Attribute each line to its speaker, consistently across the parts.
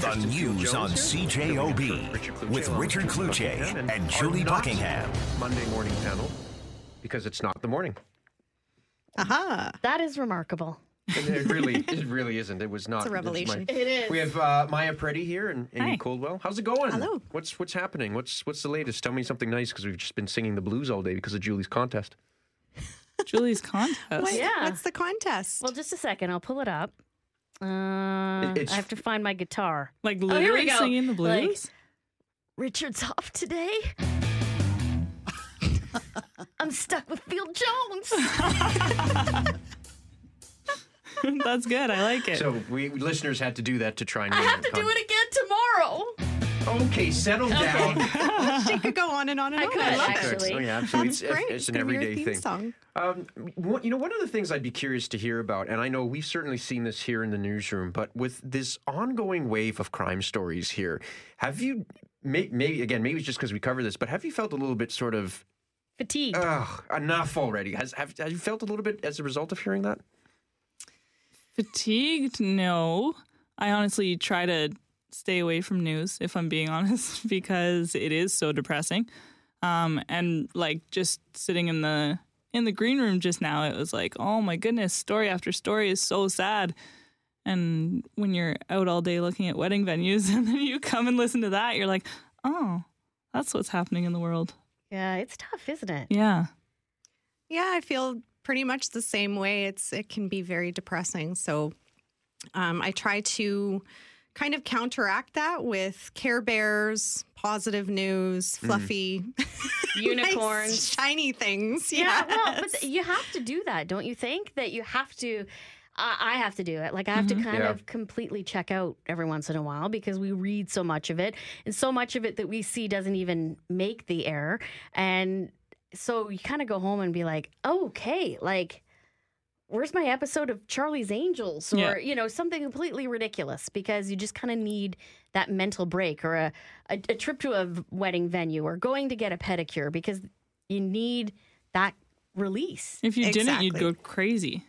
Speaker 1: The news on CJOB with Richard Kluche and Julie Buckingham.
Speaker 2: Monday morning panel because it's not the morning.
Speaker 3: Aha.
Speaker 4: That is remarkable.
Speaker 2: And it really, it really isn't. It was not.
Speaker 3: a
Speaker 2: my-
Speaker 3: revelation.
Speaker 4: It is.
Speaker 2: we have uh, Maya Pretty here and Amy
Speaker 5: Hi.
Speaker 2: Coldwell. How's it going?
Speaker 3: Hello.
Speaker 2: What's what's happening? What's what's the latest? Tell me something nice because we've just been singing the blues all day because of Julie's contest.
Speaker 5: Julie's contest.
Speaker 3: What-
Speaker 4: Yeah.
Speaker 3: What's the contest?
Speaker 4: well, just a second. I'll pull it up. Uh,
Speaker 2: It- it's-
Speaker 4: I have to find my guitar.
Speaker 5: Like
Speaker 4: Oh, here we
Speaker 5: literally
Speaker 4: go.
Speaker 5: singing the blues.
Speaker 4: Richard's off today. I'm stuck with Phil Jones.
Speaker 5: That's good. I like it.
Speaker 2: So we listeners had to do that to try and.
Speaker 4: I have to do it again tomorrow.
Speaker 2: Okay, settle down.
Speaker 3: she could go on and on and
Speaker 4: I
Speaker 3: on.
Speaker 4: could,
Speaker 3: I love
Speaker 4: actually.
Speaker 3: it.
Speaker 2: Oh, yeah, absolutely.
Speaker 3: That's
Speaker 2: it's,
Speaker 3: great.
Speaker 2: it's an
Speaker 3: gonna be your
Speaker 2: everyday
Speaker 3: theme
Speaker 2: thing.
Speaker 3: Song.
Speaker 2: Um, one- you know, one of the things I'd be curious to hear about, and I know we've certainly seen this here in the newsroom, but with this ongoing wave of crime stories here, have you, may, maybe again, maybe it's just because we cover this, but have you felt a little bit sort of,
Speaker 4: Fatigued.
Speaker 2: ugh, enough already? Has have, have you felt a little bit as a result of hearing that?
Speaker 5: Fatigued? No. I honestly try to stay away from news, if I'm being honest, because it is so depressing. Um, and like just sitting in the in the green room just now, it was like, oh my goodness, story after story is so sad. And when you're out all day looking at wedding venues, and then you come and listen to that, you're like, oh, that's what's happening in the world.
Speaker 4: yeah, it's tough, isn't it?
Speaker 5: Yeah.
Speaker 3: Yeah, I feel pretty much the same way. It's it can be very depressing. So um, I try to kind of counteract that with Care Bears, positive news,
Speaker 2: Mm.
Speaker 3: fluffy
Speaker 4: Unicorns.
Speaker 3: nice, shiny things.
Speaker 4: Yeah, well, but
Speaker 3: yes.
Speaker 4: th- you have to do that, don't you think? That you have to. I I have to do it. Like I have to kind
Speaker 2: Yeah.
Speaker 4: of completely check out every once in a while because we read so much of it, and so much of it that we see doesn't even make the air. And so you kind of go home and be like, okay, like. Where's my episode of Charlie's Angels or
Speaker 5: Yeah.
Speaker 4: you know something completely ridiculous because you just kind of need that mental break or a, a a trip to a v- wedding venue or going to get a pedicure because you need that release.
Speaker 5: If you didn't, you'd
Speaker 3: Exactly.
Speaker 5: go crazy.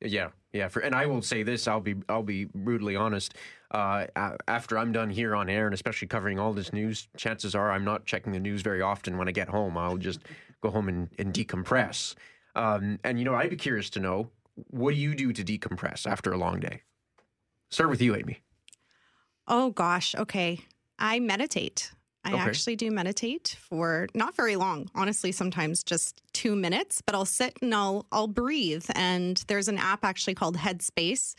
Speaker 2: Yeah, yeah. For and I will say this, I'll be I'll be brutally honest. Uh, a- after I'm done here on air, and especially covering all this news, chances are I'm not checking the news very often. When I get home, I'll just go home and, and decompress. Um, and you know, I'd be curious to know what do you do to decompress after a long day. Start with you, Amy.
Speaker 3: Oh gosh, okay. I meditate. I
Speaker 2: Okay.
Speaker 3: actually do meditate for not very long, honestly, sometimes just two minutes, but I'll sit and I'll I'll breathe. And there's an app actually called Headspace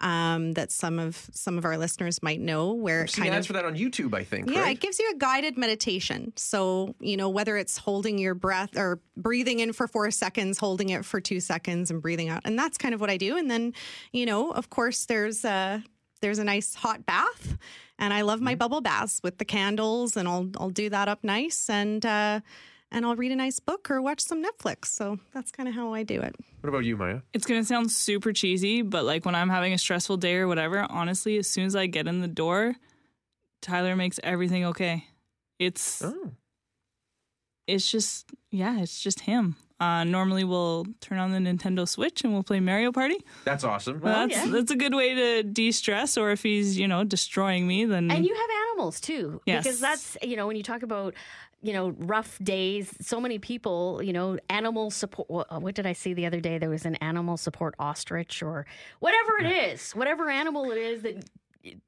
Speaker 3: um, that some of some of our listeners might know where it
Speaker 2: See
Speaker 3: kind
Speaker 2: ads
Speaker 3: of
Speaker 2: for that on YouTube, I think.
Speaker 3: yeah,
Speaker 2: right?
Speaker 3: it gives you a guided meditation. So, you know, whether it's holding your breath or breathing in for four seconds, holding it for two seconds, and breathing out. And that's kind of what I do. And then, you know, of course, there's a there's a nice hot bath, and I love my bubble baths with the candles, and I'll I'll do that up nice, and uh, and I'll read a nice book or watch some Netflix. So that's kind of how I do it.
Speaker 2: what about you, Maya?
Speaker 5: It's gonna sound super cheesy, but like when I'm having a stressful day or whatever, honestly, as soon as I get in the door, Tyler makes everything okay. It's
Speaker 2: Oh,
Speaker 5: it's just yeah, it's just him. Uh, normally we'll turn on the Nintendo Switch and we'll play Mario Party.
Speaker 2: that's awesome.
Speaker 5: that's
Speaker 4: yeah.
Speaker 5: that's a good way to de stress. Or if he's you know destroying me, then
Speaker 4: And you have animals too. Because
Speaker 5: Mm-hmm. Yes.
Speaker 4: that's, you know, when you talk about, you know, rough days, so many people, you know, animal support. uh, What, what did I see the other day? There was an animal support ostrich or whatever it is, whatever animal it is that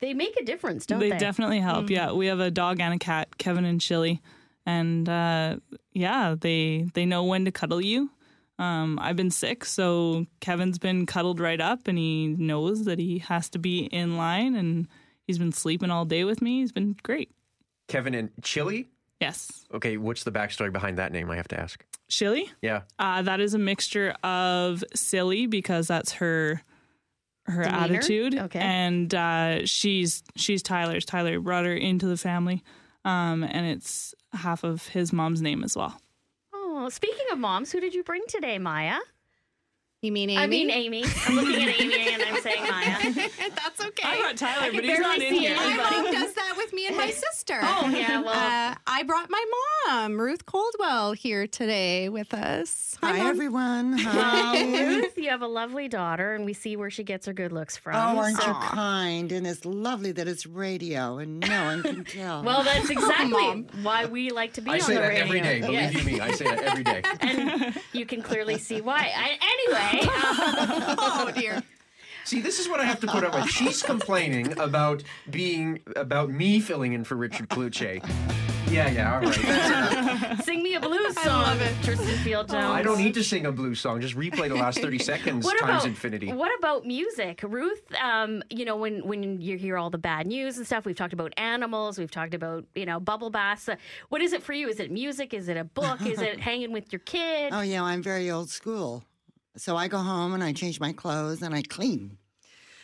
Speaker 4: they make a difference, don't they?
Speaker 5: they, definitely help. Yeah, we have a dog and a cat, Kevin and Chili, and uh, yeah, they they know when to cuddle you. Um, I've been sick, so Kevin's been cuddled right up, and he knows that he has to be in line, and he's been sleeping all day with me. He's been great.
Speaker 2: Kevin and Chili.
Speaker 5: Yes,
Speaker 2: Okay, what's the backstory behind that name? I have to ask.
Speaker 5: Chili.
Speaker 2: Yeah.
Speaker 5: Uh, that is a mixture of silly because that's her her
Speaker 4: Demeanor?
Speaker 5: attitude,
Speaker 4: Okay.
Speaker 5: and uh, she's she's Tyler's. Tyler brought her into the family, um, and it's half of his mom's name as well.
Speaker 4: Oh, speaking of moms, who did you bring today, Maya?
Speaker 3: You mean Amy?
Speaker 4: I mean, Amy. I'm looking at Amy and I'm saying Maya.
Speaker 3: that's okay.
Speaker 5: I brought Tyler, but he's
Speaker 4: barely
Speaker 5: not in
Speaker 4: see
Speaker 5: here.
Speaker 4: it.
Speaker 3: My mom does that with me me and my sister.
Speaker 4: Oh, yeah, well.
Speaker 3: uh, I brought my mom, Ruth Coldwell, here today with us. Hi,
Speaker 6: Hi,
Speaker 3: Mom.
Speaker 6: everyone. Hi.
Speaker 4: Ruth, you have a lovely daughter, and we see where she gets her good looks from.
Speaker 6: Oh, aren't
Speaker 4: so-
Speaker 6: you kind? And it's lovely that it's radio and no one can tell.
Speaker 4: Well, that's exactly why we like to be
Speaker 2: I
Speaker 4: on
Speaker 2: say
Speaker 4: the
Speaker 2: that
Speaker 4: radio.
Speaker 2: every day. Believe
Speaker 4: Yes.
Speaker 2: you me, I say that every day.
Speaker 4: and you can clearly see why. I, anyway, um,
Speaker 3: Oh dear.
Speaker 2: See, this is what I have to put up with. She's complaining about being about me filling in for Richard Kluche. Yeah, yeah, all right. That's enough.
Speaker 4: uh, sing me a blues song,
Speaker 3: love it.
Speaker 4: Tristan Field Jones.
Speaker 2: I don't need to sing a blues song. Just replay the last thirty seconds times infinity.
Speaker 4: What about music, Ruth? Um, you know, when when you hear all the bad news and stuff, we've talked about animals, we've talked about you know bubble baths. Uh, What is it for you? Is it music? Is it a book? is it hanging with your kid?
Speaker 6: oh, yeah, I'm very old school. So I go home and I change my clothes and I clean.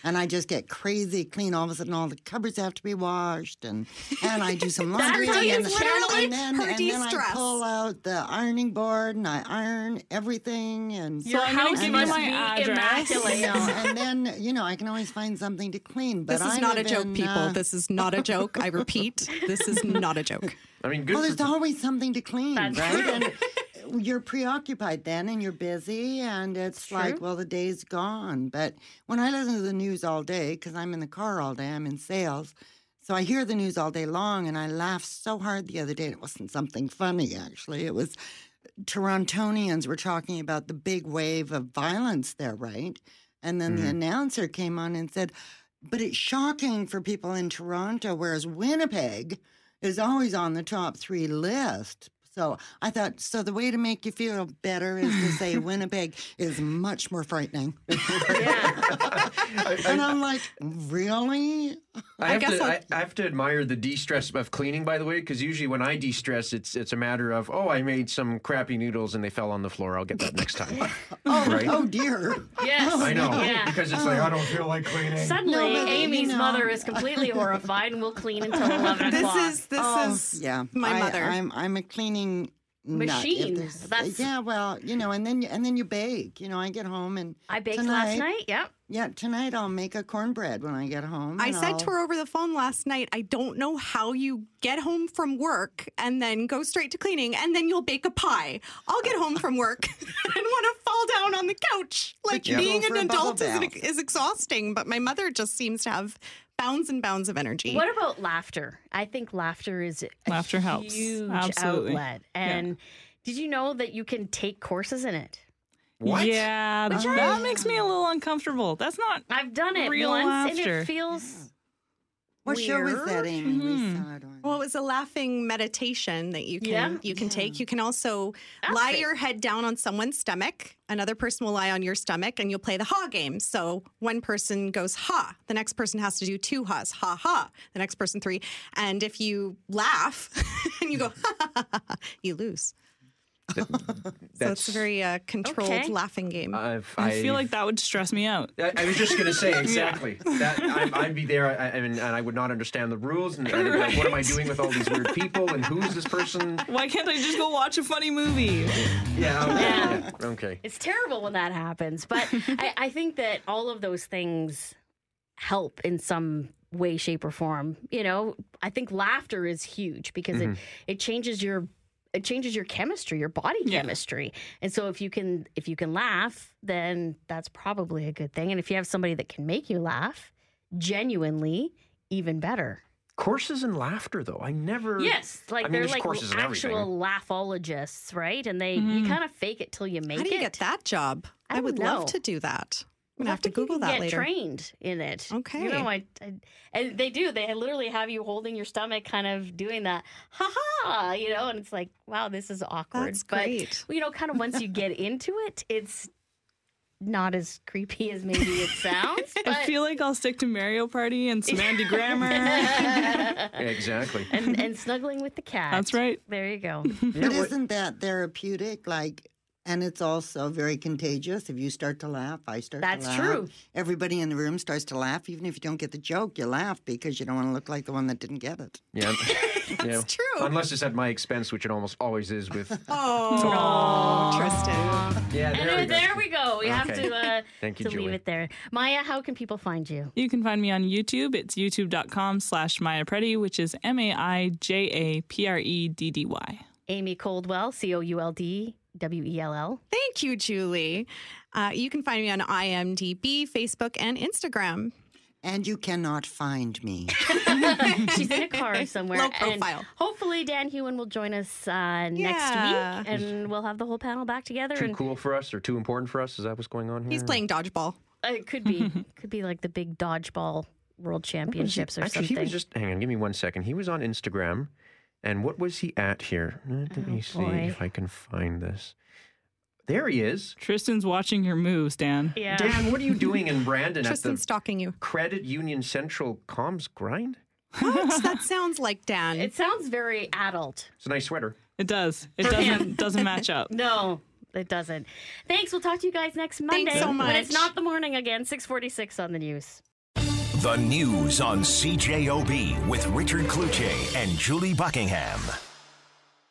Speaker 6: And I just get crazy clean. All of a sudden, all the cupboards have to be washed, and and I do some laundry,
Speaker 4: how you
Speaker 6: and,
Speaker 4: literally
Speaker 6: and then
Speaker 3: her
Speaker 6: and then I
Speaker 3: de-stress.
Speaker 6: pull out the ironing board and I iron everything, and
Speaker 4: Your
Speaker 5: So I'm gonna
Speaker 4: house
Speaker 5: give you
Speaker 4: must
Speaker 5: my
Speaker 4: be
Speaker 5: address.
Speaker 4: immaculate.
Speaker 6: you know, and then you know I can always find something to clean. But
Speaker 3: This is
Speaker 6: I
Speaker 3: not a
Speaker 6: live
Speaker 3: joke,
Speaker 6: in,
Speaker 3: people.
Speaker 6: uh,
Speaker 3: This is not a joke. I repeat, this is not a joke.
Speaker 2: I mean,
Speaker 6: Well,
Speaker 2: good.
Speaker 6: there's
Speaker 2: For,
Speaker 6: always something to clean,
Speaker 4: That's
Speaker 6: right?
Speaker 4: true.
Speaker 6: And you're preoccupied then and you're busy, and it's like, well, the day's gone. But when I listen to the news all day, because I'm in the car all day, I'm in sales. So I hear the news all day long, and I laughed so hard the other day. It wasn't something funny, actually. It was Torontonians were talking about the big wave of violence there, right? And then
Speaker 2: Mm-hmm.
Speaker 6: the announcer came on and said, but it's shocking for people in Toronto, whereas Winnipeg is always on the top three list. So I thought, so the way to make you feel better is to say Winnipeg is much more frightening.
Speaker 4: yeah.
Speaker 6: and I'm like, really?
Speaker 2: I have
Speaker 3: guess
Speaker 2: to. I,
Speaker 3: I'll-
Speaker 2: I have to admire the de-stress of cleaning, by the way, because usually when I de-stress, it's it's a matter of oh, I made some crappy noodles and they fell on the floor. I'll get that next time.
Speaker 6: Oh,
Speaker 2: Right.
Speaker 6: oh dear.
Speaker 4: Yes.
Speaker 2: I know
Speaker 4: Yeah.
Speaker 2: because it's like I don't feel like cleaning.
Speaker 4: Suddenly,
Speaker 6: No, but, you
Speaker 4: Amy's
Speaker 6: know.
Speaker 4: mother is completely horrified, and will clean until eleven
Speaker 3: This
Speaker 4: o'clock.
Speaker 3: is this
Speaker 6: Oh,
Speaker 3: is
Speaker 6: yeah.
Speaker 3: my
Speaker 6: I,
Speaker 3: mother.
Speaker 6: I'm I'm a cleaning nut, if
Speaker 4: Machine.
Speaker 6: there's- uh,
Speaker 4: That's-
Speaker 6: yeah. Well, you know, and then you- and then you bake. You know, I get home and
Speaker 4: I baked last night. Yep.
Speaker 6: Yeah, tonight I'll make a cornbread when I get home.
Speaker 3: I
Speaker 6: and
Speaker 3: said
Speaker 6: I'll-
Speaker 3: to her over the phone last night, I don't know how you get home from work and then go straight to cleaning and then you'll bake a pie. I'll get home from work and want to fall down on the couch. Like
Speaker 6: you
Speaker 3: being
Speaker 6: go for
Speaker 3: an
Speaker 6: a bubble
Speaker 3: adult is,
Speaker 6: bath.
Speaker 3: is exhausting, but my mother just seems to have bounds and bounds of energy.
Speaker 4: What about laughter? I think laughter is a
Speaker 5: Laughter helps.
Speaker 4: huge
Speaker 5: Absolutely.
Speaker 4: outlet. And did you know that you can take courses in it?
Speaker 2: What?
Speaker 5: Yeah, that makes me a little uncomfortable. That's not.
Speaker 4: I've done it
Speaker 5: Real
Speaker 4: once, and it
Speaker 5: laughter.
Speaker 4: feels
Speaker 6: What show was that,
Speaker 4: weird. Hmm.
Speaker 6: Amy? We saw it on.
Speaker 3: well, it was a laughing meditation that you can
Speaker 4: Yeah.
Speaker 3: you can take. You can also
Speaker 4: That's
Speaker 3: lie
Speaker 4: it.
Speaker 3: your head down on someone's stomach. Another person will lie on your stomach, and you'll play the ha game. So one person goes ha, the next person has to do two ha's, ha ha. The next person three, and if you laugh and you go ha ha ha, ha, ha you lose. So it's
Speaker 2: That's Uh,
Speaker 3: a very uh, controlled
Speaker 4: Okay.
Speaker 3: laughing game.
Speaker 2: I've-
Speaker 5: I feel
Speaker 2: I've-
Speaker 5: like that would stress me out.
Speaker 2: I, I was just going to say exactly that I, I'd be there I, I mean, and I would not understand the rules and I'd be like, what am I doing with all these weird people and who's this person?
Speaker 5: Why can't I just go watch a funny movie?
Speaker 2: Yeah, okay.
Speaker 4: Yeah.
Speaker 2: yeah, okay.
Speaker 4: it's terrible when that happens. But I, I think that all of those things help in some way, shape, or form. You know, I think laughter is huge because it it changes your it changes your chemistry, your body chemistry. And so if you can if you can laugh, then that's probably a good thing. And if you have somebody that can make you laugh genuinely, even better.
Speaker 2: Courses in laughter, though. I never.
Speaker 4: Yes, like
Speaker 2: I mean,
Speaker 4: they're
Speaker 2: there's
Speaker 4: like
Speaker 2: courses in everything.
Speaker 4: actual laughologists, right? And they you kind of fake it till you make
Speaker 3: How do
Speaker 4: it.
Speaker 3: you get that job?
Speaker 4: I
Speaker 3: I, would
Speaker 4: don't know.
Speaker 3: love to do that. I'm gonna have to
Speaker 4: think you
Speaker 3: Google
Speaker 4: can
Speaker 3: that
Speaker 4: get
Speaker 3: later.
Speaker 4: Trained in it. You know, I,
Speaker 3: Okay.
Speaker 4: I- and they do. They literally have you holding your stomach, kind of doing that, ha ha. You know, and it's like, wow, this is awkward.
Speaker 3: That's
Speaker 4: But
Speaker 3: great.
Speaker 4: you know, kind of once you get into it, it's not as creepy as maybe it sounds. But
Speaker 5: I feel like I'll stick to Mario Party and some Andy Grammer.
Speaker 2: Exactly.
Speaker 4: uh, and, and snuggling with the cat.
Speaker 5: That's right.
Speaker 4: There you go.
Speaker 6: But isn't that therapeutic? Like, and it's also very contagious. If you start to laugh, I start
Speaker 4: That's
Speaker 6: to laugh.
Speaker 4: true.
Speaker 6: Everybody in the room starts to laugh. Even if you don't get the joke, you laugh because you don't want to look like the one that didn't get it.
Speaker 2: Yeah. That's
Speaker 3: true.
Speaker 2: Unless it's at my expense, which it almost always is with.
Speaker 3: Oh, Tristan.
Speaker 2: Yeah,
Speaker 4: and
Speaker 2: there
Speaker 4: then
Speaker 2: we go.
Speaker 4: there we go. go. We have
Speaker 2: Okay.
Speaker 4: to uh,
Speaker 2: Thank you,
Speaker 4: to leave
Speaker 2: Julie.
Speaker 4: it there. Maya, how can people find you?
Speaker 5: You can find me on YouTube. It's youtube.com slash Maya Preddy, which is M A I J A P R E D D Y.
Speaker 4: Amy Coldwell, C O U L D W E L L.
Speaker 3: Thank you, Julie. Uh, you can find me on IMDb, Facebook, and Instagram.
Speaker 6: And you cannot find me.
Speaker 4: She's in a car somewhere.
Speaker 3: Low profile.
Speaker 4: And hopefully, Dan Hewen will join us uh,
Speaker 3: Yeah.
Speaker 4: next week, and we'll have the whole panel back together.
Speaker 2: Too
Speaker 4: and
Speaker 2: cool for us or too important for us? Is that what's going on here?
Speaker 3: He's playing dodgeball.
Speaker 4: uh, it could be could be like the big dodgeball world championships or
Speaker 2: Actually,
Speaker 4: something.
Speaker 2: he was just hang on. Give me one second. He was on Instagram, and what was he at here? Uh, Let me see
Speaker 4: Oh, boy.
Speaker 2: if I can find this. There he is.
Speaker 5: Tristan's watching your moves, Dan.
Speaker 4: yeah.
Speaker 2: Dan, what are you doing in Brandon at
Speaker 3: Tristan's
Speaker 2: the
Speaker 3: stalking you.
Speaker 2: Credit Union Central Comms grind?
Speaker 3: What? that sounds like Dan.
Speaker 4: It sounds very adult.
Speaker 2: It's a nice sweater.
Speaker 5: It does. It
Speaker 4: For him.
Speaker 5: doesn't doesn't match up.
Speaker 4: No, it doesn't. Thanks. We'll talk to you guys next Monday.
Speaker 3: Thanks so
Speaker 4: When it's
Speaker 3: much.
Speaker 4: not the morning again, 646 on the news.
Speaker 1: The news on CJOB with Richard Kluche and Julie Buckingham.